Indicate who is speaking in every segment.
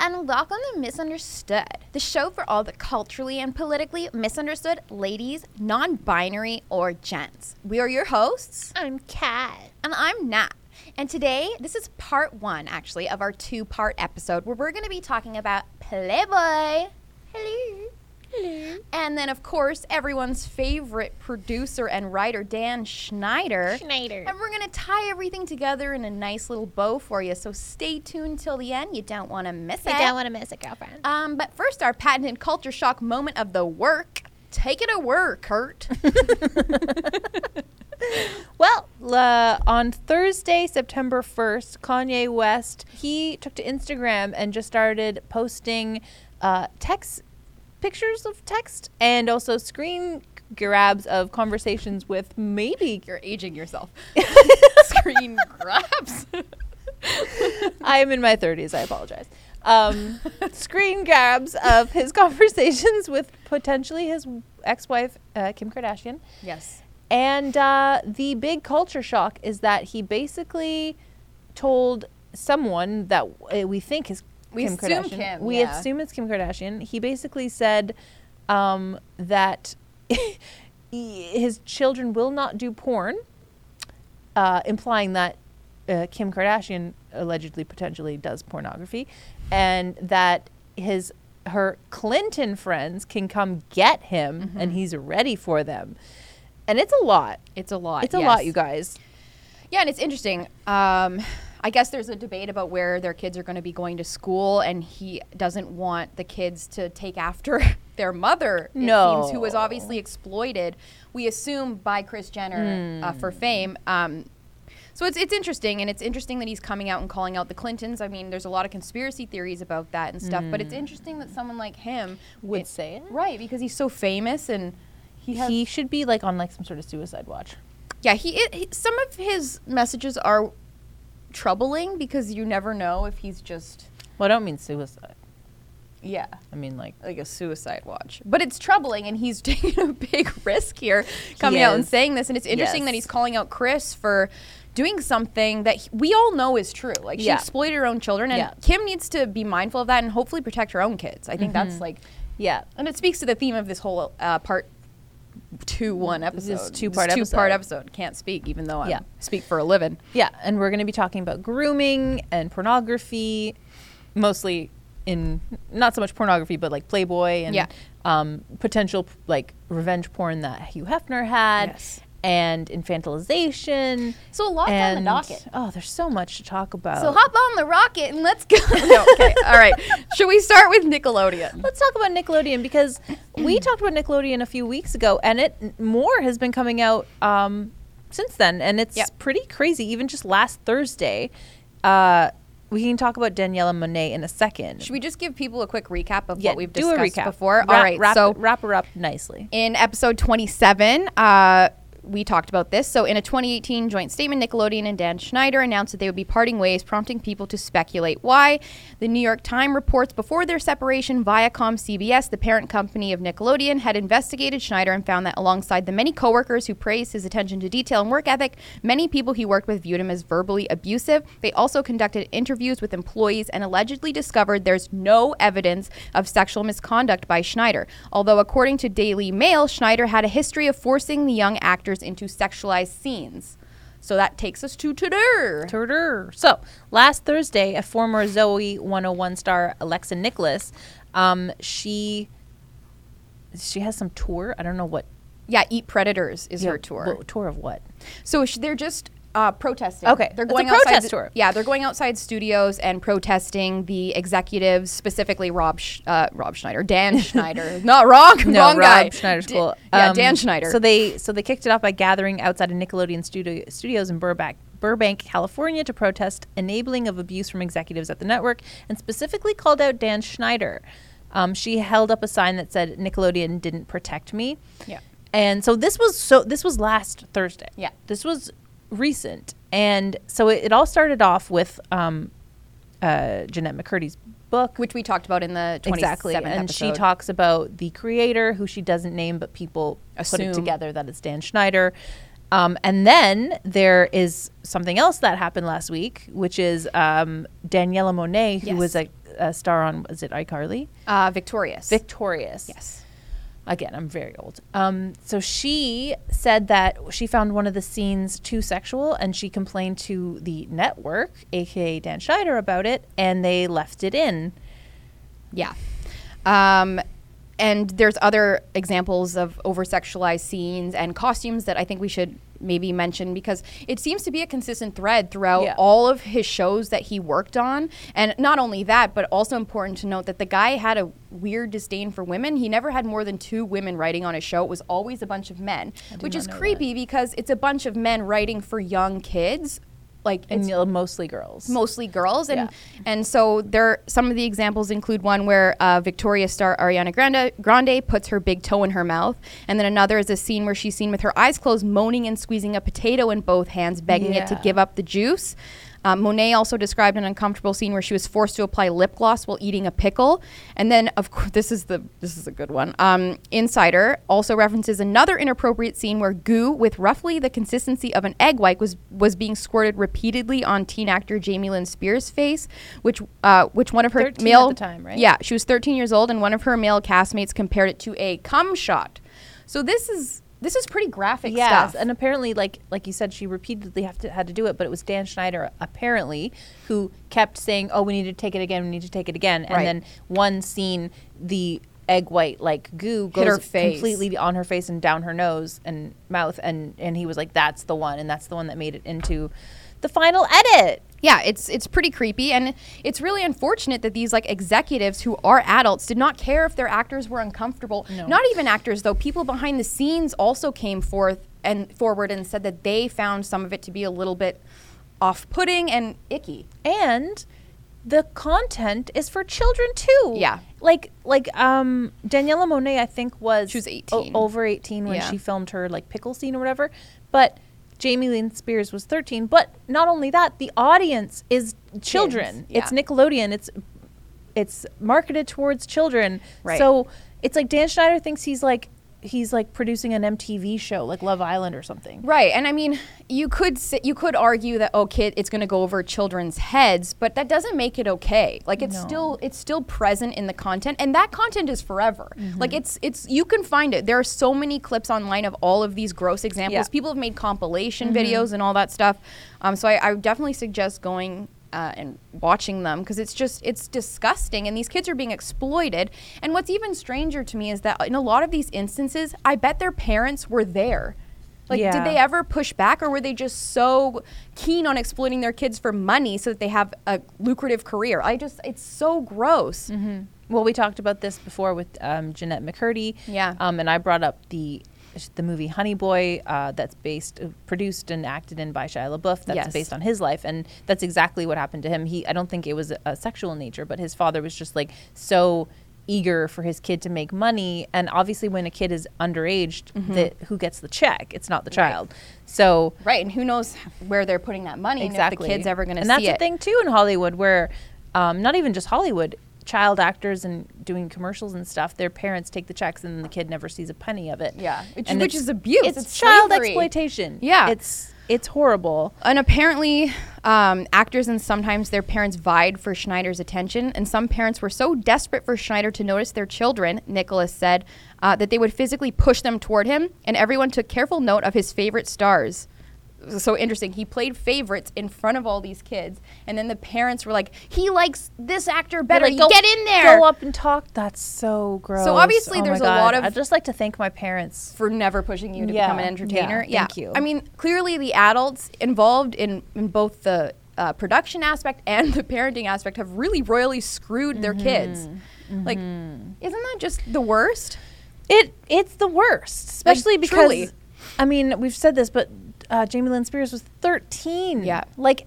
Speaker 1: and Lock on the Misunderstood, the show for all the culturally and politically misunderstood ladies, non binary, or gents. We are your hosts,
Speaker 2: I'm Kat.
Speaker 1: and I'm Nat. And today, this is part one, actually, of our two part episode where we're going to be talking about Playboy.
Speaker 2: Hello. Hello.
Speaker 1: And then, of course, everyone's favorite producer and writer, Dan Schneider.
Speaker 2: Schneider.
Speaker 1: And we're going to tie everything together in a nice little bow for you. So stay tuned till the end. You don't want to miss
Speaker 2: You
Speaker 1: it.
Speaker 2: don't want to miss it,
Speaker 3: Uh,
Speaker 2: girlfriend.
Speaker 1: um, but first, our patented culture shock moment of the work. Take it away, Kurt.
Speaker 3: Well, uh, on Thursday, September 1st, Kanye West, he took to Instagram and just started posting uh, text pictures of text and also screen grabs of conversations with maybe
Speaker 1: You're aging yourself. Screen grabs.
Speaker 3: I'm in my 30s, I apologize. Um, screen grabs of his conversations with potentially his ex-wife uh, Kim Kardashian.
Speaker 1: yes.
Speaker 3: And uh, the big culture shock is that he basically told someone that uh, we think is
Speaker 1: We
Speaker 3: Kim
Speaker 1: assume
Speaker 3: Kardashian.
Speaker 1: Kim,
Speaker 3: we
Speaker 1: yeah.
Speaker 3: assume it's Kim Kardashian. He basically said um, that his children will not do porn, uh, implying that uh, Kim Kardashian allegedly potentially does pornography, and that his her Clinton friends can come get him,
Speaker 1: Mm-hmm.
Speaker 3: and he's ready for them. And it's a lot.
Speaker 1: It's a lot.
Speaker 3: It's a lot,
Speaker 1: yes.
Speaker 3: you guys.
Speaker 1: Yeah, and it's interesting. Um, I guess there's a debate about where their kids are going to be going to school, and he doesn't want the kids to take after their mother. it
Speaker 3: No.
Speaker 1: seems, who was obviously exploited. We assume by Chris Jenner
Speaker 3: Hmm.
Speaker 1: uh, for fame. Um, so it's it's interesting, and it's interesting that he's coming out and calling out the Clintons. I mean, there's a lot of conspiracy theories about that and stuff, but it's interesting that someone like him
Speaker 3: Hmm. Would say it.
Speaker 1: right because he's so famous and he has
Speaker 3: He should be like on like some sort of suicide watch.
Speaker 1: yeah, he, i he some of his messages are troubling because you never know if he's just
Speaker 3: Well, I don't mean suicide.
Speaker 1: yeah,
Speaker 3: I mean like
Speaker 1: like a suicide watch. But it's troubling and he's taking a big risk here coming out and
Speaker 3: is.
Speaker 1: saying this and it's interesting that
Speaker 3: Yes.
Speaker 1: he's calling out Chris for doing something that he- we all know is true. Like she
Speaker 3: Yeah.
Speaker 1: exploited her own children and
Speaker 3: Yeah.
Speaker 1: Kim needs to be mindful of that and hopefully protect her own kids. I think that's like
Speaker 3: yeah.
Speaker 1: and it speaks to the theme of this whole uh, part two one episode.
Speaker 3: two-part
Speaker 1: two part
Speaker 3: episode.
Speaker 1: episode. Can't speak even though I
Speaker 3: Yeah.
Speaker 1: speak for a living.
Speaker 3: Yeah, and we're going to be talking about grooming and pornography, mostly in not so much pornography, but like Playboy and
Speaker 1: Yeah.
Speaker 3: um, potential like revenge porn that Hugh Hefner had,
Speaker 1: Yes.
Speaker 3: and infantilization.
Speaker 1: So a lot's on the
Speaker 3: and-
Speaker 1: docket.
Speaker 3: Oh, there's so much to talk about.
Speaker 1: So hop on the rocket and let's go. Oh. No, okay, all right. Should we start with Nickelodeon?
Speaker 3: Let's talk about Nickelodeon because we
Speaker 1: Mm.
Speaker 3: talked about Nickelodeon a few weeks ago, and it more has been coming out um, since then, and it's
Speaker 1: Yep.
Speaker 3: pretty crazy. Even just last Thursday, uh, we can talk about Daniela Monet in a second.
Speaker 1: Should we just give people a quick recap of
Speaker 3: Yeah,
Speaker 1: what we've
Speaker 3: do a
Speaker 1: discussed
Speaker 3: recap
Speaker 1: before?
Speaker 3: Wrap,
Speaker 1: all right,
Speaker 3: wrap,
Speaker 1: so
Speaker 3: wrap her up nicely.
Speaker 1: in episode 27, uh, we talked about this. So, in a 2018 joint statement, Nickelodeon and Dan Schneider announced that they would be parting ways, prompting people to speculate why. The New York Times reports before their separation, Viacom CBS, the parent company of Nickelodeon, had investigated Schneider and found that alongside the many coworkers who praised his attention to detail and work ethic, many people he worked with viewed him as verbally abusive. They also conducted interviews with employees and allegedly discovered there's no evidence of sexual misconduct by Schneider. Although, according to Daily Mail, Schneider had a history of forcing the young actors into sexualized scenes. So that takes us to today.
Speaker 3: Turner. So last Thursday, a former Zoe 101 star, Alexa Nicholas, um, she she has some tour. I don't know what
Speaker 1: Yeah, Eat Predators is her
Speaker 3: yeah,
Speaker 1: tour.
Speaker 3: what- tour of what.
Speaker 1: So sh- they're just uh, protesting.
Speaker 3: Okay.
Speaker 1: they're
Speaker 3: It's a
Speaker 1: going outside
Speaker 3: protest
Speaker 1: the-
Speaker 3: tour.
Speaker 1: Yeah, they're going outside studios and protesting the executives, specifically Rob Sch- uh, Rob Schneider, Dan Schneider. Not wrong,
Speaker 3: No,
Speaker 1: wrong
Speaker 3: Rob
Speaker 1: guy.
Speaker 3: Schneider
Speaker 1: D-
Speaker 3: School.
Speaker 1: yeah,
Speaker 3: Um,
Speaker 1: Dan Schneider.
Speaker 3: So they so they kicked it off by gathering outside of Nickelodeon studio, studios in Burbank, Burbank, California, to protest enabling of abuse from executives at the network, and specifically called out Dan Schneider. Um, she held up a sign that said "Nickelodeon didn't protect me."
Speaker 1: Yeah.
Speaker 3: And so this was so this was last Thursday.
Speaker 1: Yeah.
Speaker 3: This was recent, and so it, it all started off with um, uh, Jeanette McCurdy's book
Speaker 1: which we talked about in the 27th
Speaker 3: exactly and she
Speaker 1: episode.
Speaker 3: talks about the creator who she doesn't name but people put
Speaker 1: Assume.
Speaker 3: it together that it's dan schneider um, and then there is something else that happened last week which is um, daniela monet who was
Speaker 1: Yes.
Speaker 3: a, a star on was it iCarly?
Speaker 1: Uh, victorious.
Speaker 3: Victorious.
Speaker 1: yes.
Speaker 3: Again, I'm very old. Um, so she said that she found one of the scenes too sexual, and she complained to the network, aka Dan Schneider, about it, and they left it in.
Speaker 1: Yeah. Um, and there's other examples of over sexualized scenes and costumes that I think we should maybe mention because it seems to be a consistent thread throughout
Speaker 3: Yeah.
Speaker 1: all of his shows that he worked on. And not only that, but also important to note that the guy had a weird disdain for women. He never had more than two women writing on his show. It was always a bunch of men, which
Speaker 3: not
Speaker 1: is
Speaker 3: know that.
Speaker 1: creepy because it's a bunch of men writing for young kids. Like
Speaker 3: and
Speaker 1: it's
Speaker 3: you'll- mostly girls.
Speaker 1: mostly girls and
Speaker 3: Yeah.
Speaker 1: and so there some of the examples include one where uh, Victoria star Ariana Grande Grande puts her big toe in her mouth and then another is a scene where she's seen with her eyes closed moaning and squeezing a potato in both hands begging it to
Speaker 3: Yeah.
Speaker 1: give up the juice uh, Monet also described an uncomfortable scene where she was forced to apply lip gloss while eating a pickle, and then of course this is the this is a good one. Um, Insider also references another inappropriate scene where goo with roughly the consistency of an egg white was was being squirted repeatedly on teen actor Jamie Lynn Spears' face, which uh, which one of her
Speaker 3: 13 at the
Speaker 1: male
Speaker 3: time, right?
Speaker 1: Yeah, she was 13 years old, and one of her male castmates compared it to a cum shot. So this is this is pretty graphic
Speaker 3: Yes,
Speaker 1: stuff.
Speaker 3: and apparently, like like you said, she repeatedly have to, had to do it, but it was Dan Schneider apparently who kept saying, "Oh, we need to take it again. We need to take it again." And
Speaker 1: Right.
Speaker 3: then one scene, the egg white like goo
Speaker 1: Hit
Speaker 3: goes
Speaker 1: her face.
Speaker 3: completely on her face and down her nose and mouth, and and he was like, "That's the one," and that's the one that made it into the final edit.
Speaker 1: yeah, it's it's pretty creepy, and it's really unfortunate that these like executives who are adults did not care if their actors were uncomfortable.
Speaker 3: No.
Speaker 1: Not even actors though; people behind the scenes also came forth and forward and said that they found some of it to be a little bit off-putting and icky.
Speaker 3: and the content is for children too.
Speaker 1: Yeah.
Speaker 3: Like like um Daniela Monet I think was
Speaker 1: She was 18.
Speaker 3: over 18 when
Speaker 1: Yeah.
Speaker 3: she filmed her like pickle scene or whatever, but Jamie Lynn Spears was 13, but not only that, the audience is children.
Speaker 1: yeah.
Speaker 3: It's Nickelodeon. It's it's marketed towards children.
Speaker 1: Right.
Speaker 3: So it's like Dan Schneider thinks he's like he's like producing an MTV show like Love Island or something.
Speaker 1: Right, and I mean, you could s you could argue that oh, kid, it's going to go over children's heads, but that doesn't make it okay. Like it's
Speaker 3: No.
Speaker 1: still it's still present in the content, and that content is forever.
Speaker 3: Mm-hmm.
Speaker 1: Like it's it's you can find it. There are so many clips online of all of these gross examples.
Speaker 3: Yeah. Mm-hmm.
Speaker 1: People have made compilation videos and all that stuff. Um, so I, I would definitely suggest going. Uh, and watching them because it's just it's disgusting and these kids are being exploited and what's even stranger to me is that in a lot of these instances i bet their parents were there like,
Speaker 3: Yeah.
Speaker 1: did they ever push back, or were they just so keen on exploiting their kids for money so that they have a lucrative career? I just, it's so gross.
Speaker 3: Mm-hmm. Well, we talked about this before with um, Jeanette McCurdy.
Speaker 1: Yeah.
Speaker 3: Um, and I brought up the the movie Honey Boy uh, that's based, produced, and acted in by Shia LaBeouf. That's
Speaker 1: Yes.
Speaker 3: based on his life, and that's exactly what happened to him. He, I don't think it was a, a sexual nature, but his father was just like so eager for his kid to make money and obviously when a kid is underage
Speaker 1: Mm-hmm.
Speaker 3: the, who gets the check it's not the child so
Speaker 1: Right, and who knows where they're putting that money and if the kid's ever going to see
Speaker 3: and that's
Speaker 1: it.
Speaker 3: the thing too in Hollywood, where um, not even just Hollywood, child actors and doing commercials and stuff, their parents take the checks and then the kid never sees a penny of it.
Speaker 1: Yeah. Which-
Speaker 3: And
Speaker 1: which
Speaker 3: it's-
Speaker 1: is abuse.
Speaker 3: It's,
Speaker 1: It's
Speaker 3: child
Speaker 1: slavery.
Speaker 3: exploitation.
Speaker 1: Yeah.
Speaker 3: it's it's horrible.
Speaker 1: And apparently, um, actors and sometimes their parents vied for Schneider's attention. And some parents were so desperate for Schneider to notice their children, Nicholas said, uh, that they would physically push them toward him. And everyone took careful note of his favorite stars. So interesting. He played favorites in front of all these kids. And then the parents were like, he likes this actor better.
Speaker 3: Like,
Speaker 1: you
Speaker 3: go-
Speaker 1: get in there.
Speaker 3: Go up and talk. That's so gross.
Speaker 1: obviously
Speaker 3: Oh my
Speaker 1: there's a
Speaker 3: God.
Speaker 1: lot of-
Speaker 3: I'd just like to thank my parents.
Speaker 1: for never pushing you to
Speaker 3: Yeah,
Speaker 1: become an entertainer.
Speaker 3: yeah, thank you.
Speaker 1: I mean, clearly the adults involved in, in both the uh, production aspect and the parenting aspect have really royally screwed their kids.
Speaker 3: Mm-hmm.
Speaker 1: Like, isn't that just the worst?
Speaker 3: It it's the worst, especially because
Speaker 1: truly.
Speaker 3: I mean we've said this, but uh, Jamie Lynn Spears was 13.
Speaker 1: Yeah.
Speaker 3: like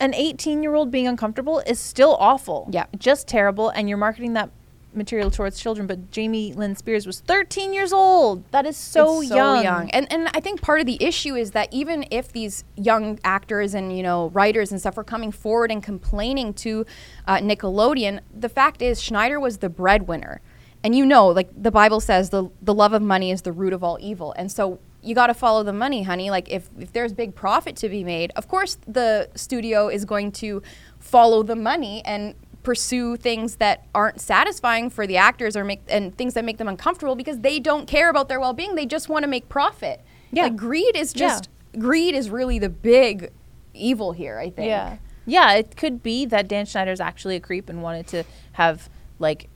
Speaker 3: an 18 year old being uncomfortable is still awful.
Speaker 1: Yeah.
Speaker 3: just terrible. And you're marketing that material towards children, but Jamie Lynn Spears was 13 years old. That is so,
Speaker 1: It's
Speaker 3: young.
Speaker 1: And and I think part of the issue is that even if these young actors and you know writers and stuff were coming forward and complaining to uh, Nickelodeon, the fact is Schneider was the breadwinner, and you know, like the Bible says, the the love of money is the root of all evil, and so. You got to follow the money, honey. Like, if, if there's big profit to be made, of course the studio is going to follow the money and pursue things that aren't satisfying for the actors or make and things that make them uncomfortable because they don't care about their well-being. They just want to make profit.
Speaker 3: Yeah.
Speaker 1: Like greed is
Speaker 3: Yeah.
Speaker 1: just greed is really the big evil here, I think.
Speaker 3: Yeah. Yeah, it could be that Dan Schneider's actually a creep and wanted to have like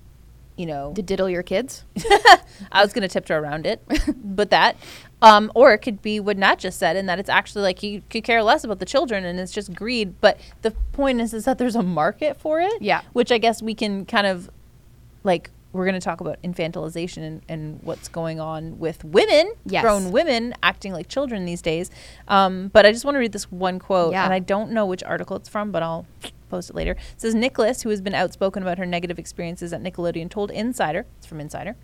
Speaker 3: you know,
Speaker 1: To diddle your kids.
Speaker 3: I was going to tiptoe around it, but that um or it could be what Nat just said and that it's actually like he could care less about the children and it's just greed, but the point is is that there's a market for it.
Speaker 1: Yeah.
Speaker 3: Which I guess we can kind of like we're going to talk about infantilization and, and what's going on with women,
Speaker 1: Yes.
Speaker 3: grown women acting like children these days. Um, but I just want to read this one quote,
Speaker 1: Yeah.
Speaker 3: and I don't know which article it's from, but I'll post it later. It says Nicholas, who has been outspoken about her negative experiences at Nickelodeon, told Insider, it's from Insider,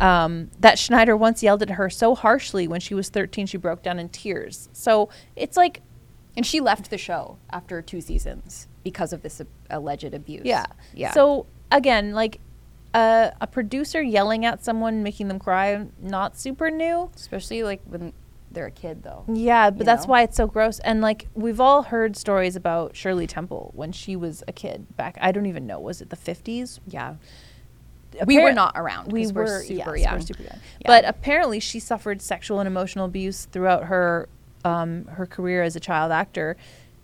Speaker 3: um, that Schneider once yelled at her so harshly when she was 13 she broke down in tears. So it's like,
Speaker 1: And she left the show after two seasons because of this a- alleged abuse.
Speaker 3: yeah.
Speaker 1: Yeah.
Speaker 3: So again, like uh, a producer yelling at someone, making them cry, not super new.
Speaker 1: especially like when they're a kid though.
Speaker 3: Yeah, but
Speaker 1: you
Speaker 3: that's
Speaker 1: know?
Speaker 3: why it's so gross. And like we've all heard stories about Shirley Temple when she was a kid back. I don't even know. Was it the fifties?
Speaker 1: Yeah. We were not around
Speaker 3: We
Speaker 1: 'cause
Speaker 3: were
Speaker 1: we're super
Speaker 3: yes, we're
Speaker 1: young.
Speaker 3: super young.
Speaker 1: Yeah.
Speaker 3: But apparently, she suffered sexual and emotional abuse throughout her um, her career as a child actor.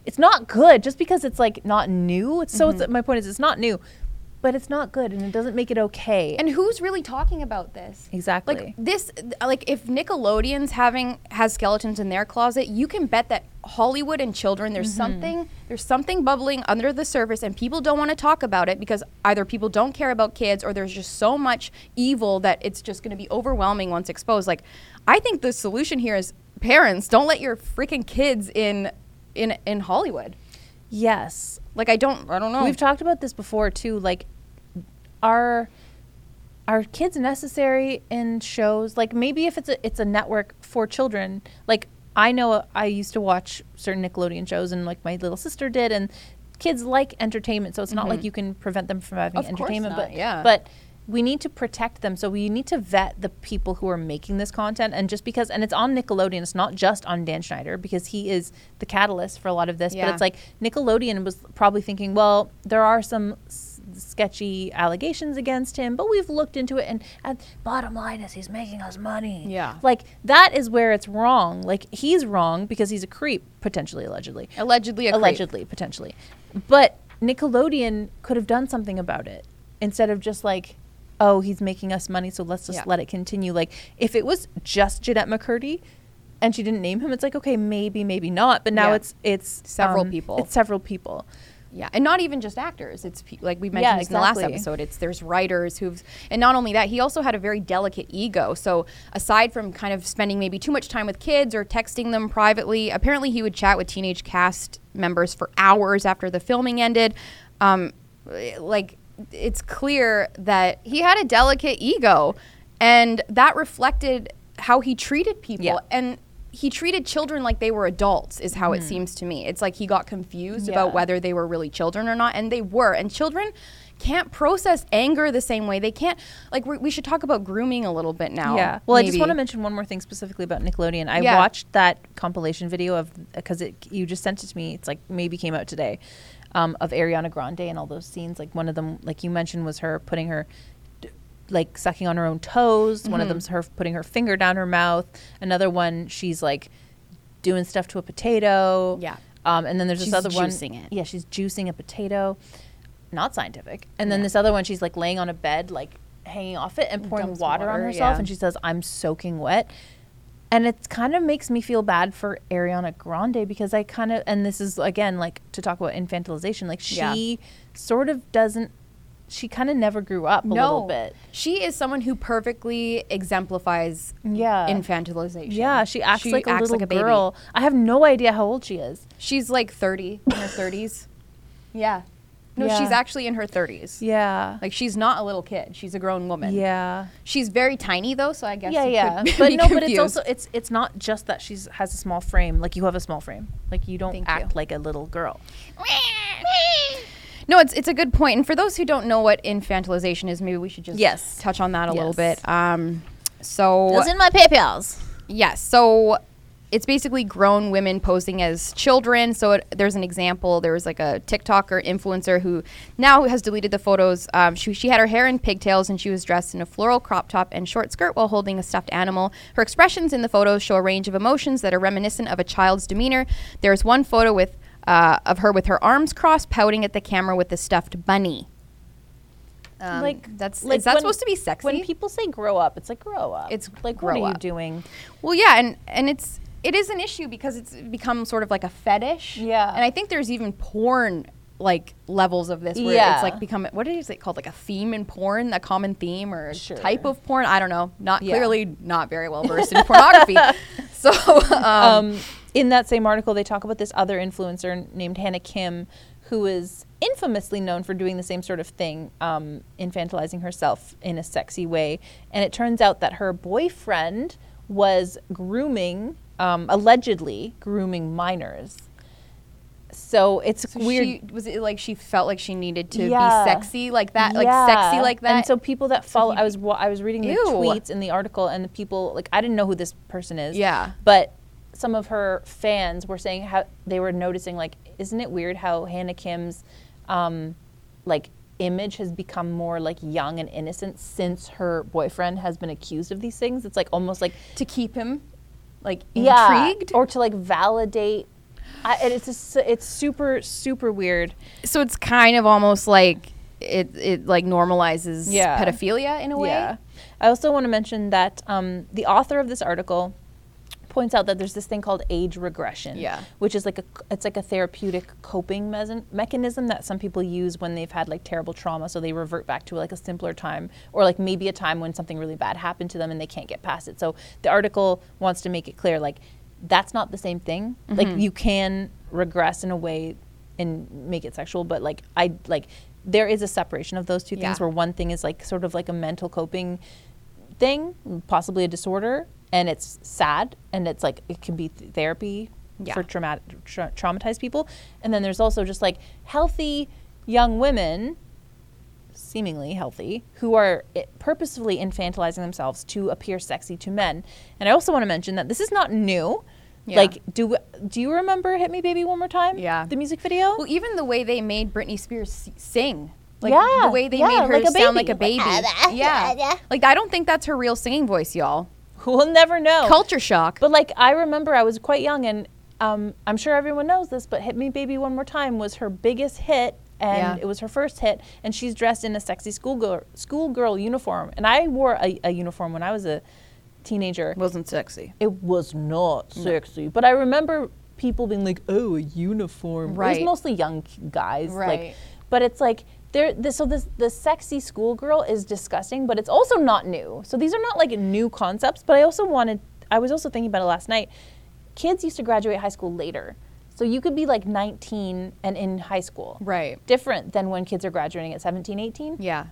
Speaker 3: It's not good just because it's like not new. It's, So
Speaker 1: Mm-hmm.
Speaker 3: it's, my point is, it's not new, but it's not good, and it doesn't make it okay.
Speaker 1: And who's really talking about this?
Speaker 3: exactly.
Speaker 1: Like this like if Nickelodeon's having has skeletons in their closet, you can bet that Hollywood and children there's
Speaker 3: Mm-hmm.
Speaker 1: something there's something bubbling under the surface and people don't want to talk about it because either people don't care about kids or there's just so much evil that it's just going to be overwhelming once exposed. Like I think the solution here is parents don't let your freaking kids in in in Hollywood.
Speaker 3: yes.
Speaker 1: Like I don't I don't know.
Speaker 3: We've talked about this before too. Like, are are kids necessary in shows? Like, maybe if it's a it's a network for children. Like, I know I used to watch certain Nickelodeon shows, and like my little sister did, and kids like entertainment. So it's not like you can prevent them from having
Speaker 1: Mm-hmm. Of course
Speaker 3: entertainment.
Speaker 1: not,
Speaker 3: but
Speaker 1: yeah.
Speaker 3: but we need to protect them. So we need to vet the people who are making this content. And just because, and it's on Nickelodeon, it's not just on Dan Schneider because he is the catalyst for a lot of this. But
Speaker 1: Yeah.
Speaker 3: it's like Nickelodeon was probably thinking, well, there are some s- sketchy allegations against him, but we've looked into it. And, and bottom line is he's making us money.
Speaker 1: Yeah.
Speaker 3: Like that is where it's wrong. Like he's wrong because he's a creep, potentially, allegedly
Speaker 1: allegedly a creep.
Speaker 3: allegedly potentially but nickelodeon could have done something about it instead of just like oh he's making us money so let's just
Speaker 1: Yeah.
Speaker 3: let it continue like if it was just jeanette mccurdy and she didn't name him it's like okay maybe maybe not but now
Speaker 1: Yeah.
Speaker 3: it's it's um,
Speaker 1: Several people.
Speaker 3: it's several people
Speaker 1: Yeah, and not even just actors. It's pe- like we mentioned this in the
Speaker 3: exactly.
Speaker 1: last episode. It's there's writers who've, and not only that, he also had a very delicate ego. So aside from kind of spending maybe too much time with kids or texting them privately, apparently he would chat with teenage cast members for hours after the filming ended. Um, like it's clear that he had a delicate ego, and that reflected how he treated people
Speaker 3: Yeah.
Speaker 1: and. He treated children like they were adults, is how
Speaker 3: Mm-hmm.
Speaker 1: it seems to me. It's like he got confused about
Speaker 3: Yeah.
Speaker 1: whether whether they were really children or not, and they were. And children can't process anger the same way. They can't like we, we should talk about grooming a little bit now.
Speaker 3: Yeah. Well, I just
Speaker 1: maybe.
Speaker 3: want to mention one more thing specifically about Nickelodeon. I
Speaker 1: Yeah.
Speaker 3: watched that compilation video of because it you just sent it to me. It's like maybe came out today, um, of Ariana Grande and all those scenes. Like one of them, like you mentioned, was her putting her, d- like sucking on her own toes. One of
Speaker 1: Mm-hmm.
Speaker 3: them's her putting her finger down her mouth. Another one, she's like doing stuff to a potato.
Speaker 1: Yeah.
Speaker 3: Um, and then there's
Speaker 1: She's
Speaker 3: this other one.
Speaker 1: juicing it.
Speaker 3: Yeah, she's juicing a potato. Not scientific. And then this other one, she's like laying on a bed, like hanging off it and pouring
Speaker 1: Dumps
Speaker 3: water, on
Speaker 1: water,
Speaker 3: herself.
Speaker 1: yeah.
Speaker 3: And she says, I'm soaking wet. And it kind of makes me feel bad for Ariana Grande because I kind of, and this is again, like to talk about infantilization, like she
Speaker 1: Yeah.
Speaker 3: sort of doesn't, she kind of never grew up a little bit.
Speaker 1: She is someone who perfectly exemplifies
Speaker 3: Yeah.
Speaker 1: infantilization.
Speaker 3: Yeah, she acts like a little
Speaker 1: baby.
Speaker 3: girl. I have no idea how old she is.
Speaker 1: She's like 30 in her 30s. Yeah. No,
Speaker 3: Yeah.
Speaker 1: she's actually in her 30s.
Speaker 3: Yeah.
Speaker 1: Like she's not a little kid. She's a grown woman.
Speaker 3: yeah.
Speaker 1: She's very tiny though, so I guess
Speaker 3: yeah,
Speaker 1: you
Speaker 3: yeah.
Speaker 1: could
Speaker 3: But
Speaker 1: be
Speaker 3: no, but it's
Speaker 1: confused.
Speaker 3: also it's it's not just that she's has a small frame. Like you have a small frame. Like you don't
Speaker 1: Thank
Speaker 3: act
Speaker 1: you.
Speaker 3: like a little girl.
Speaker 1: No, it's it's a good point. And for those who don't know what infantilization is, maybe we should just
Speaker 3: Yes.
Speaker 1: touch on that a little
Speaker 3: Yes.
Speaker 1: bit. Um, so
Speaker 2: Those in my PayPal's.
Speaker 1: yes, so it's basically grown women posing as children. So it, there's an example. There was like a TikToker influencer who now has deleted the photos. Um, she, she had her hair in pigtails and she was dressed in a floral crop top and short skirt while holding a stuffed animal. Her expressions in the photos show a range of emotions that are reminiscent of a child's demeanor. There's one photo with uh, of her with her arms crossed, pouting at the camera with a stuffed bunny. Um,
Speaker 3: Like-
Speaker 1: like that's
Speaker 3: like
Speaker 1: is that
Speaker 3: when-
Speaker 1: supposed to be sexy?
Speaker 3: When people say grow up, it's like grow up.
Speaker 1: It's
Speaker 3: like
Speaker 1: grow
Speaker 3: what are you
Speaker 1: up.
Speaker 3: doing?
Speaker 1: Well, yeah, and and it's it is an issue because it's become sort of like a fetish.
Speaker 3: Yeah.
Speaker 1: and I think there's even porn like levels of this where
Speaker 3: Yeah.
Speaker 1: it's like become what is it called like a theme in porn, a common theme or a
Speaker 3: Sure.
Speaker 1: type of porn? I don't know. Not
Speaker 3: Yeah.
Speaker 1: clearly not very well versed in pornography. So um,
Speaker 3: um, in that same article, they talk about this other influencer n- named Hannah Kim, who is infamously known for doing the same sort of thing, um, infantilizing herself in a sexy way. And it turns out that her boyfriend was grooming, um, allegedly grooming minors. So it's weird.
Speaker 1: She, was it like she felt like she needed to
Speaker 3: Yeah.
Speaker 1: be sexy like that, like
Speaker 3: Yeah.
Speaker 1: sexy like that?
Speaker 3: And so people that follow,
Speaker 1: he-
Speaker 3: I was wa- I was reading the
Speaker 1: Ew.
Speaker 3: tweets in the article, and the people like I didn't know who this person is.
Speaker 1: Yeah.
Speaker 3: But some of her fans were saying how they were noticing like, isn't it weird how Hannah Kim's, um, like image has become more like young and innocent since her boyfriend has been accused of these things. It's like almost like
Speaker 1: to keep him like
Speaker 3: yeah,
Speaker 1: intrigued.
Speaker 3: or to like validate. I, and it's just, it's super super weird.
Speaker 1: so it's kind of almost like it it like normalizes
Speaker 3: Yeah.
Speaker 1: pedophilia in a way.
Speaker 3: Yeah. I also want to mention that um, the author of this article points out that there's this thing called age regression,
Speaker 1: Yeah.
Speaker 3: which is like a it's like a therapeutic coping meson- mechanism that some people use when they've had like terrible trauma, so they revert back to like a simpler time or like maybe a time when something really bad happened to them and they can't get past it. So the article wants to make it clear like that's not the same thing. Like you can regress in a way and make it sexual, but like I like there is a separation of those two things
Speaker 1: Yeah.
Speaker 3: where one thing is like sort of like a mental coping thing, possibly a disorder, and it's sad, and it's like it can be th- therapy
Speaker 1: Yeah.
Speaker 3: for traumatic, tra- traumatized people, and then there's also just like healthy young women, seemingly healthy, who are i- purposefully infantilizing themselves to appear sexy to men. And I also want to mention that this is not new.
Speaker 1: Yeah.
Speaker 3: Like, do do you remember "Hit Me, Baby, One More Time"?
Speaker 1: Yeah.
Speaker 3: the music video.
Speaker 1: Well, even the way they made Britney Spears s- sing. Like
Speaker 3: Yeah,
Speaker 1: the way they
Speaker 3: yeah,
Speaker 1: made her
Speaker 3: like a
Speaker 1: sound like a
Speaker 3: baby.
Speaker 1: baby.
Speaker 2: Like,
Speaker 1: yeah. Like I don't think that's her real singing voice, y'all.
Speaker 3: we'll never know.
Speaker 1: Culture shock.
Speaker 3: But like I remember, I was quite young, and um, I'm sure everyone knows this, but "Hit Me, Baby, One More Time" was her biggest hit, and
Speaker 1: Yeah.
Speaker 3: it was her first hit. And she's dressed in a sexy schoolgirl schoolgirl uniform, and I wore a, a uniform when I was a teenager.
Speaker 1: wasn't sexy.
Speaker 3: It was not sexy, but I remember people being like, "Oh, a uniform." It
Speaker 1: Right.
Speaker 3: was mostly young k- guys, Like,
Speaker 1: Right.
Speaker 3: but it's like. There, this, so this the sexy schoolgirl is disgusting, but it's also not new. So these are not like new concepts. But I also wanted, I was also thinking about it last night. Kids used to graduate high school later, so you could be like 19 and in high school.
Speaker 1: Right.
Speaker 3: Different than when kids are graduating at 17, 18
Speaker 1: Yeah.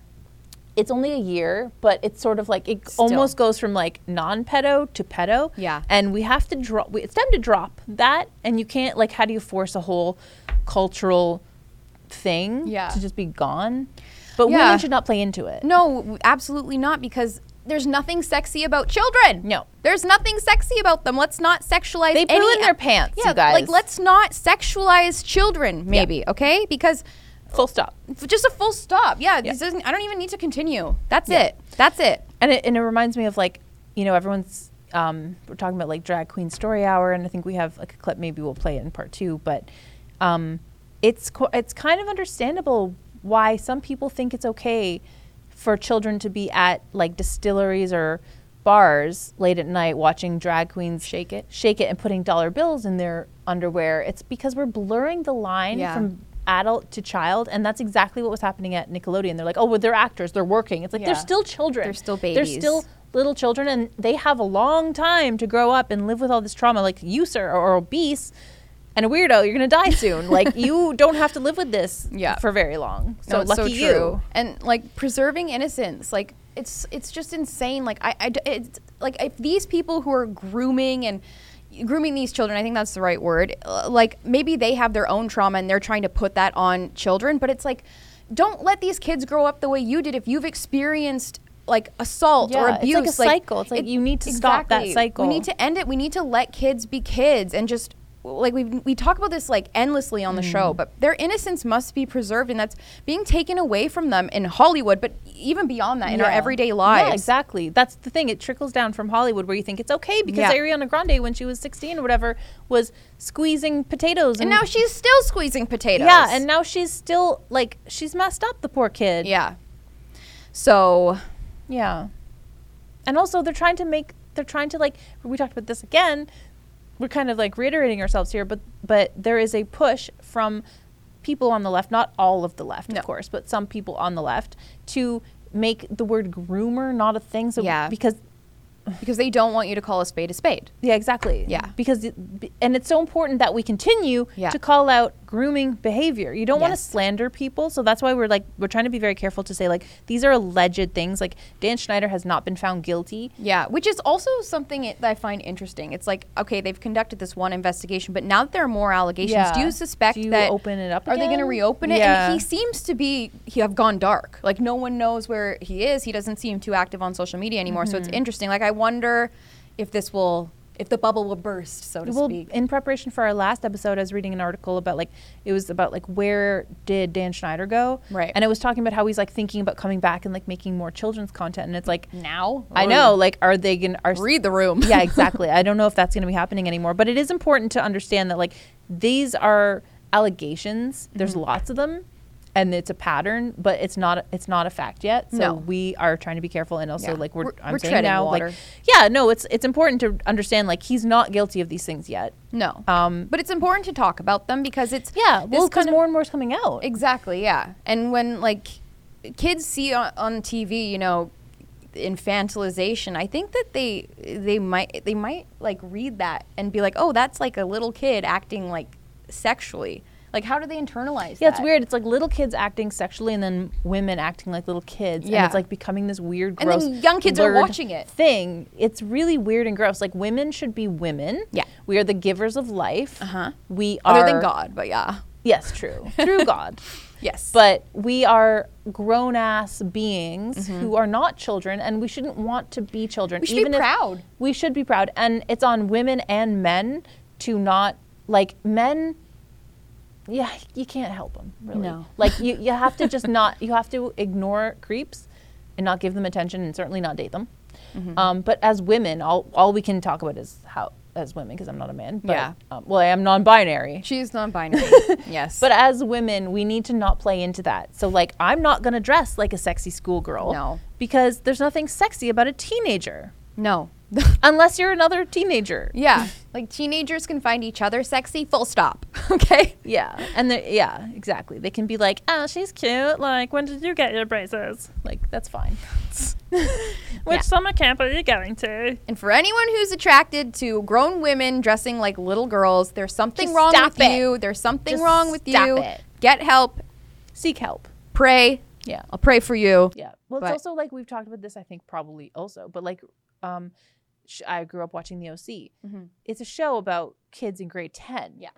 Speaker 3: it's only a year, but it's sort of like it
Speaker 1: Still.
Speaker 3: almost goes from like non pedo to pedo.
Speaker 1: Yeah.
Speaker 3: And we have to drop, it's time to drop that. And you can't, like, how do you force a whole cultural thing
Speaker 1: Yeah.
Speaker 3: to just be gone? But
Speaker 1: Yeah.
Speaker 3: women should not play into it.
Speaker 1: No, w- absolutely not because there's nothing sexy about children.
Speaker 3: No.
Speaker 1: There's nothing sexy about them. Let's not sexualize
Speaker 3: They poo
Speaker 1: any-
Speaker 3: in their pants, you
Speaker 1: Yeah,
Speaker 3: guys.
Speaker 1: like let's not sexualize children maybe, okay? Because
Speaker 3: Full stop.
Speaker 1: f- just a full stop. Yeah,
Speaker 3: Yeah.
Speaker 1: This doesn't, I don't even need to continue. That's
Speaker 3: Yeah.
Speaker 1: it. That's it.
Speaker 3: And it, and it reminds me of like, you know, everyone's, um, we're talking about like drag queen story hour, and I think we have like a clip, maybe we'll play it in part two, but um, it's, qu- it's kind of understandable why some people think it's okay for children to be at like distilleries or bars late at night watching drag queens shake it, shake it, and putting dollar bills in their underwear. It's because we're blurring the line
Speaker 1: Yeah.
Speaker 3: from adult to child and that's exactly what was happening at Nickelodeon. They're like, "Oh, well, they're actors, they're working." It's like they're
Speaker 1: Yeah.
Speaker 3: still children.
Speaker 1: They're still
Speaker 3: They're still
Speaker 1: babies.
Speaker 3: little children, and they have a long time to grow up and live with all this trauma. Like you, sir, are obese and a weirdo. You're gonna die soon. like you don't have to live with this
Speaker 1: Yeah.
Speaker 3: for very long. So
Speaker 1: No, it's true.
Speaker 3: lucky you.
Speaker 1: And like preserving innocence, like it's it's just insane. Like I, I d- it's, like if these people who are grooming and grooming these children, I think that's the right word. uh, Like maybe they have their own trauma and they're trying to put that on children, but it's like don't let these kids grow up the way you did if you've experienced like assault or
Speaker 3: Yeah, it's like
Speaker 1: abuse.
Speaker 3: a cycle. It's like you need to stop that cycle.
Speaker 1: We need to end it. We need to let kids be kids and just like we we talk about this like endlessly on the
Speaker 3: Mm.
Speaker 1: show, but their innocence must be preserved, and that's being taken away from them in Hollywood, but even beyond that in our
Speaker 3: Yeah.
Speaker 1: everyday
Speaker 3: Yeah,
Speaker 1: lives.
Speaker 3: exactly. That's the thing. It trickles down from Hollywood where you think it's okay
Speaker 1: Yeah.
Speaker 3: because Ariana Grande, when she was 16 or whatever, was squeezing potatoes.
Speaker 1: And now she's still squeezing potatoes.
Speaker 3: Yeah, and now she's still like, she's messed up, the poor kid.
Speaker 1: yeah. So
Speaker 3: Yeah. And also, they're trying to make, they're trying to like, we talked about this again. We're kind of like reiterating ourselves here, but but there is a push from people on the left, not all of the left,
Speaker 1: No.
Speaker 3: of course, but some people on the left to make the word groomer not a thing. So
Speaker 1: Yeah.
Speaker 3: because
Speaker 1: because they don't want you to call a spade a spade.
Speaker 3: Yeah, exactly.
Speaker 1: Yeah.
Speaker 3: Because, it, b- and it's so important that we continue
Speaker 1: Yeah.
Speaker 3: to call out grooming behavior. You don't want to
Speaker 1: Yes.
Speaker 3: slander people. So that's why we're like, we're trying to be very careful to say, like, these are alleged things. Like, Dan Schneider has not been found guilty.
Speaker 1: Yeah, which is also something it, that I find interesting. It's like, okay, they've conducted this one investigation, but now that there are more allegations, do
Speaker 3: Yeah.
Speaker 1: you suspect
Speaker 3: Do you
Speaker 1: that
Speaker 3: open it up
Speaker 1: Are they going to
Speaker 3: again?
Speaker 1: reopen it?
Speaker 3: Yeah.
Speaker 1: And he seems to be he have gone dark. Like no one knows where he is. He doesn't seem too active on social media anymore. So it's
Speaker 3: Mm-hmm.
Speaker 1: interesting. Like I wonder if this will if the bubble will burst, so to
Speaker 3: well, eh,
Speaker 1: speak.
Speaker 3: in preparation for our last episode, I was reading an article about like it was about like where did Dan Schneider go?
Speaker 1: Right.
Speaker 3: And it was talking about how he's like thinking about coming back and like making more children's content. And it's like
Speaker 1: Now?
Speaker 3: I know. Like, are they gonna are
Speaker 1: Read the room.
Speaker 3: yeah, exactly. I don't know if that's going to be happening anymore, but it is important to understand that like these are allegations. There's
Speaker 1: Mm-hmm.
Speaker 3: lots of them, and it's a pattern, but it's not it's not a fact yet. So
Speaker 1: No.
Speaker 3: we are trying to be careful, and also
Speaker 1: Yeah.
Speaker 3: like we're,
Speaker 1: We're-
Speaker 3: I'm
Speaker 1: we're
Speaker 3: saying
Speaker 1: treading
Speaker 3: now,
Speaker 1: water.
Speaker 3: like yeah, no, it's it's important to understand like he's not guilty of these things yet.
Speaker 1: No.
Speaker 3: Um,
Speaker 1: but it's important to talk about them because it's
Speaker 3: Yeah,
Speaker 1: this
Speaker 3: well, because
Speaker 1: kind of-
Speaker 3: more and more is coming out.
Speaker 1: Exactly, yeah. And when like kids see on, on TV, you know, infantilization, I think that they they might they might like read that and be like, "Oh, that's like a little kid acting like sexually." Like how do they internalize
Speaker 3: yeah, it's
Speaker 1: that?
Speaker 3: weird. It's like little kids acting sexually, and then women acting like little kids. and
Speaker 1: Yeah.
Speaker 3: it's like becoming this weird,
Speaker 1: And
Speaker 3: gross.
Speaker 1: then young kids are
Speaker 3: blurred
Speaker 1: watching it.
Speaker 3: Thing. It's really weird and gross. Like women should be women.
Speaker 1: Yeah.
Speaker 3: we are the givers of life.
Speaker 1: Uh-huh.
Speaker 3: We are
Speaker 1: Other than God, but yeah.
Speaker 3: Yes, true, true God.
Speaker 1: Yes. Mm-hmm.
Speaker 3: But we are grown ass beings who are not children, and we shouldn't want to be children.
Speaker 1: We should be
Speaker 3: if-
Speaker 1: proud.
Speaker 3: We should be proud, and it's on women and men to not like men. Yeah, you can't help them really.
Speaker 1: No.
Speaker 3: Like you, you have to just not. You have to ignore creeps, and not give them attention, and certainly not date them.
Speaker 1: Mm-hmm.
Speaker 3: Um, but as women, all all we can talk about is how as women, because I'm not a man. But,
Speaker 1: Yeah.
Speaker 3: Um, well, I am non-binary.
Speaker 1: she is non-binary. yes.
Speaker 3: But as women, we need to not play into that. So, like, I'm not going to dress like a sexy schoolgirl.
Speaker 1: No.
Speaker 3: Because there's nothing sexy about a teenager,
Speaker 1: no.
Speaker 3: unless you're another teenager.
Speaker 1: yeah. Like teenagers can find each other sexy, full stop. okay?
Speaker 3: Yeah. And they- yeah, exactly. They can be like, oh, she's cute. Like, when did you get your braces? Like, that's fine.
Speaker 4: Which
Speaker 1: Yeah.
Speaker 4: summer camp are you going to?
Speaker 1: And for anyone who's attracted to grown women dressing like little girls, there's something
Speaker 3: Just
Speaker 1: wrong
Speaker 3: stop
Speaker 1: with
Speaker 3: it.
Speaker 1: you. There's something
Speaker 3: Just
Speaker 1: wrong with
Speaker 3: stop
Speaker 1: you.
Speaker 3: it.
Speaker 1: Get help.
Speaker 3: Seek help.
Speaker 1: Pray.
Speaker 3: Yeah.
Speaker 1: I'll pray for you.
Speaker 3: Yeah. Well,
Speaker 1: But-
Speaker 3: it's also like we've talked about this, I think, probably also, but like, um, sh- I grew up watching The OC.
Speaker 1: Mhm.
Speaker 3: It's a show about kids in grade 10.
Speaker 1: Yeah.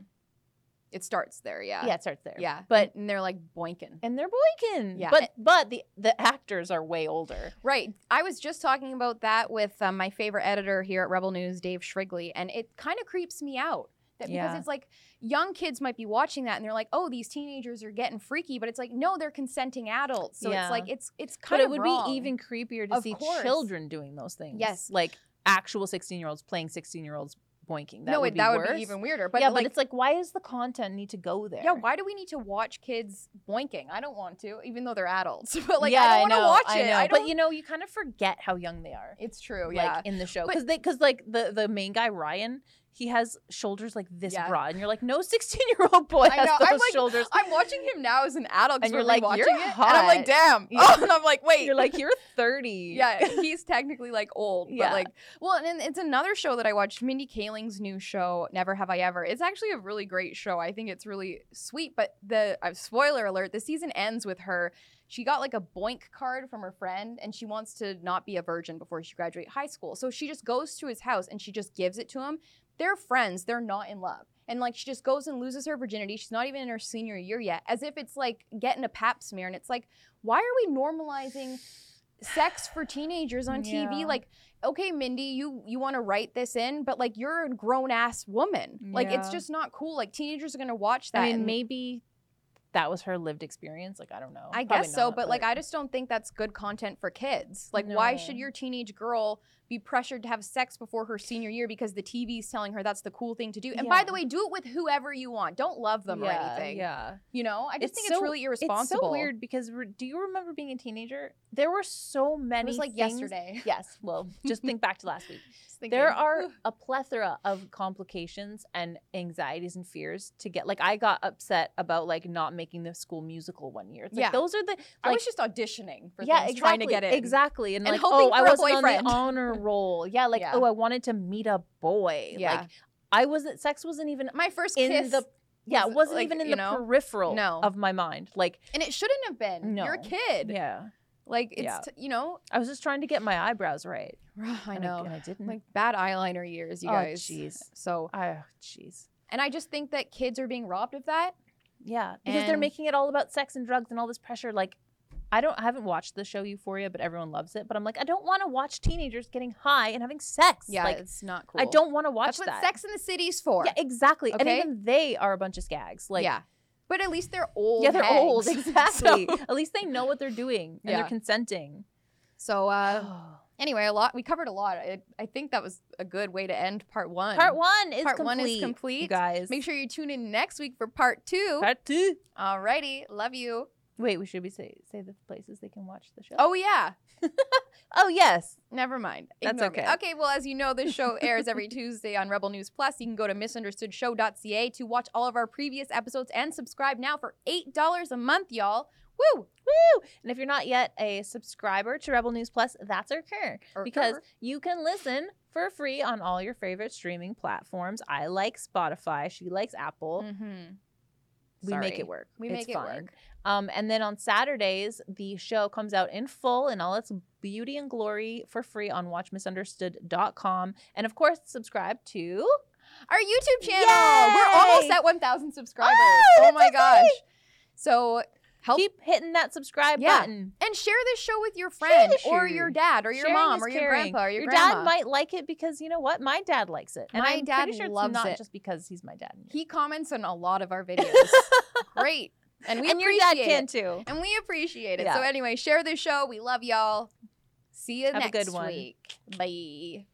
Speaker 1: It starts there, yeah.
Speaker 3: Yeah, it starts there.
Speaker 1: Yeah.
Speaker 3: But
Speaker 1: and they're like boinking.
Speaker 3: and they're boykin.
Speaker 1: Yeah.
Speaker 3: But but the the actors are way older.
Speaker 1: Right. I was just talking about that with um, my favorite editor here at Rebel News, Dave Shrigley, and it kind of creeps me out that because
Speaker 3: Yeah.
Speaker 1: it's like young kids might be watching that and they're like, "Oh, these teenagers are getting freaky," but it's like, "No, they're consenting adults." So
Speaker 3: Yeah.
Speaker 1: it's like it's it's
Speaker 3: But
Speaker 1: kind of
Speaker 3: it would be even creepier to
Speaker 1: Of
Speaker 3: see
Speaker 1: course.
Speaker 3: children doing those things.
Speaker 1: Yes.
Speaker 3: Like actual 16-year-olds playing 16-year-olds boinking. That
Speaker 1: no,
Speaker 3: would
Speaker 1: it,
Speaker 3: be
Speaker 1: that
Speaker 3: worse.
Speaker 1: would be even weirder. But
Speaker 3: yeah,
Speaker 1: like,
Speaker 3: but it's like why does the content need to go there?
Speaker 1: Yeah, why do we need to watch kids boinking? I don't want to, even though they're adults. but like,
Speaker 3: Yeah,
Speaker 1: I don't
Speaker 3: know,
Speaker 1: want to watch
Speaker 3: I
Speaker 1: it.
Speaker 3: know.
Speaker 1: I
Speaker 3: But
Speaker 1: don't.
Speaker 3: you know, you kind of forget how young they are.
Speaker 1: it's true.
Speaker 3: Like
Speaker 1: yeah.
Speaker 3: in the show,
Speaker 1: But-
Speaker 3: because they, because like the the main guy Ryan, he has shoulders like this
Speaker 1: Yeah.
Speaker 3: broad, and you're like, no sixteen year old boy
Speaker 1: I
Speaker 3: has
Speaker 1: know.
Speaker 3: those
Speaker 1: I'm like,
Speaker 3: shoulders.
Speaker 1: I'm watching him now as an adult, 'cause
Speaker 3: And you're
Speaker 1: we're
Speaker 3: like,
Speaker 1: rewatching
Speaker 3: "You're
Speaker 1: it," and I'm like,
Speaker 3: hot.
Speaker 1: damn.
Speaker 3: Yeah.
Speaker 1: Oh, and I'm like, wait.
Speaker 3: You're like you're thirty.
Speaker 1: yeah, he's technically like old, but
Speaker 3: Yeah.
Speaker 1: like, well, and then it's another show that I watched, Mindy Kaling's new show, Never Have I Ever. It's actually a really great show. I think it's really sweet, but the uh, spoiler alert: the season ends with her. She got like a boink card from her friend, and she wants to not be a virgin before she graduate high school. So she just goes to his house and she just gives it to him. They're friends. They're not in love. And like she just goes and loses her virginity. She's not even in her senior year yet, as if it's like getting a pap smear. And it's like, why are we normalizing sex for teenagers on
Speaker 4: Yeah.
Speaker 1: TV. Like, okay, Mindy, you you want to write this in, but like you're a grown ass woman. Like it's
Speaker 4: Yeah.
Speaker 1: just not cool. Like teenagers are gonna watch that.
Speaker 3: I mean,
Speaker 1: and
Speaker 3: maybe that was her lived experience. Like I don't know.
Speaker 1: I
Speaker 3: Probably
Speaker 1: guess so,
Speaker 3: not,
Speaker 1: but like I just don't think that's good content for kids. Like, why should
Speaker 3: No.
Speaker 1: your teenage girl be pressured to have sex before her senior year because the TV's telling her that's the cool thing to do? And by
Speaker 3: Yeah.
Speaker 1: the way, do it with whoever you want. Don't love them or
Speaker 3: Yeah,
Speaker 1: anything.
Speaker 3: Yeah.
Speaker 1: You know, I just think it's
Speaker 3: so-
Speaker 1: really irresponsible.
Speaker 3: It's so weird because re- do you remember being a teenager? There were so
Speaker 1: It
Speaker 3: many.
Speaker 1: was like
Speaker 3: things-
Speaker 1: yesterday.
Speaker 3: Yes. Well, just think back to last week.
Speaker 1: Just thinking,
Speaker 3: There are a plethora of complications and anxieties and fears to get. Like I got upset about like not making the school musical one year. It's like
Speaker 1: Yeah.
Speaker 3: those are the
Speaker 1: I
Speaker 3: like
Speaker 1: was just auditioning for
Speaker 3: yeah,
Speaker 1: things,
Speaker 3: exactly,
Speaker 1: trying to get in.
Speaker 3: Exactly. And,
Speaker 1: And
Speaker 3: like,
Speaker 1: hoping
Speaker 3: oh, I
Speaker 1: for a
Speaker 3: wasn't on
Speaker 1: boyfriend.
Speaker 3: the honor roll. Yeah, like,
Speaker 1: Yeah.
Speaker 3: oh, I wanted to meet a boy.
Speaker 1: Yeah.
Speaker 3: Like I wasn't sex wasn't even
Speaker 1: My first
Speaker 3: in
Speaker 1: kiss,
Speaker 3: the yeah,
Speaker 1: was,
Speaker 3: it wasn't
Speaker 1: like,
Speaker 3: even in
Speaker 1: you
Speaker 3: the
Speaker 1: know,
Speaker 3: peripheral
Speaker 1: no.
Speaker 3: of my mind. Like
Speaker 1: and it shouldn't have been.
Speaker 3: No.
Speaker 1: You're a kid.
Speaker 3: yeah.
Speaker 1: Like it's
Speaker 3: Yeah.
Speaker 1: t- you know.
Speaker 3: I was just trying to get my eyebrows right.
Speaker 1: I
Speaker 3: and
Speaker 1: know.
Speaker 3: I, and I didn't.
Speaker 1: Like bad eyeliner years, you
Speaker 3: Oh,
Speaker 1: guys.
Speaker 3: jeez.
Speaker 1: So,
Speaker 3: oh, jeez.
Speaker 1: and I just think that kids are being robbed of that.
Speaker 3: Yeah, because they're
Speaker 1: And-
Speaker 3: making it all about sex and drugs and all this pressure. Like, I don't. I haven't watched the show Euphoria, but everyone loves it. But I'm like, I don't want to watch teenagers getting high and having sex.
Speaker 1: Yeah,
Speaker 3: like,
Speaker 1: it's not cool.
Speaker 3: I don't want to watch
Speaker 1: That's what
Speaker 3: that.
Speaker 1: Sex in the City's for.
Speaker 3: Yeah, exactly.
Speaker 1: Okay?
Speaker 3: And even they are a bunch of skags. Like,
Speaker 1: yeah. But at least they're old.
Speaker 3: yeah, they're
Speaker 1: hags.
Speaker 3: old. Exactly.
Speaker 1: so
Speaker 3: At least they know what they're doing and
Speaker 1: Yeah.
Speaker 3: they're consenting.
Speaker 1: so, uh,
Speaker 3: Part
Speaker 1: anyway, a lot we covered a lot. I, I think that was a good way to end part one.
Speaker 3: one is
Speaker 1: Part
Speaker 3: complete.
Speaker 1: one is
Speaker 3: you
Speaker 1: complete.
Speaker 3: guys.
Speaker 1: Make sure you tune in next week for part two.
Speaker 3: Part two.
Speaker 1: Alrighty, love you.
Speaker 3: Wait, we should be say say the places they can watch the show.
Speaker 1: Oh yeah,
Speaker 3: oh yes.
Speaker 1: never mind.
Speaker 3: That's
Speaker 1: Ignore me.
Speaker 3: okay.
Speaker 1: Okay, well, as you know, this show airs every Tuesday on Rebel News Plus. You can go to misunderstoodshow.ca to watch all of our previous episodes and subscribe now for eight dollars a month, y'all. Woo!
Speaker 3: Woo! And if you're not yet a subscriber to Rebel News Plus, that's our cur.
Speaker 1: Our
Speaker 3: because
Speaker 1: cur.
Speaker 3: you can listen for free on all your favorite streaming platforms. I like Spotify. She likes Apple.
Speaker 1: Mm-hmm.
Speaker 3: Mm, We make it work.
Speaker 1: We
Speaker 3: It's
Speaker 1: make it
Speaker 3: fun.
Speaker 1: work.
Speaker 3: Um, and then on Saturdays, the show comes out in full in all its beauty and glory for free on watchmisunderstood.com. And of course, subscribe to
Speaker 1: our YouTube channel.
Speaker 3: Yay!
Speaker 1: We're almost at 1,000 subscribers.
Speaker 3: Oh,
Speaker 1: Oh,
Speaker 3: that's
Speaker 1: my
Speaker 3: exciting.
Speaker 1: gosh. So help
Speaker 3: keep hitting that subscribe
Speaker 1: Yeah.
Speaker 3: button.
Speaker 1: and share this show with your
Speaker 3: Share
Speaker 1: friend
Speaker 3: this
Speaker 1: or
Speaker 3: show.
Speaker 1: your dad or your
Speaker 3: Sharing
Speaker 1: mom
Speaker 3: is
Speaker 1: or your
Speaker 3: caring.
Speaker 1: grandpa or your, grandma.
Speaker 3: dad might like it because you know what? My dad likes it. And
Speaker 1: My
Speaker 3: I'm
Speaker 1: dad
Speaker 3: pretty sure it's
Speaker 1: loves
Speaker 3: not
Speaker 1: it.
Speaker 3: just because he's my dad.
Speaker 1: he comments on a lot of our videos. Great. And we
Speaker 3: and your
Speaker 1: appreciate
Speaker 3: dad can
Speaker 1: it.
Speaker 3: too.
Speaker 1: And we appreciate it.
Speaker 3: Yeah.
Speaker 1: So anyway, share this show. We love y'all. See you
Speaker 3: Have a
Speaker 1: next
Speaker 3: good one.
Speaker 1: week. Bye.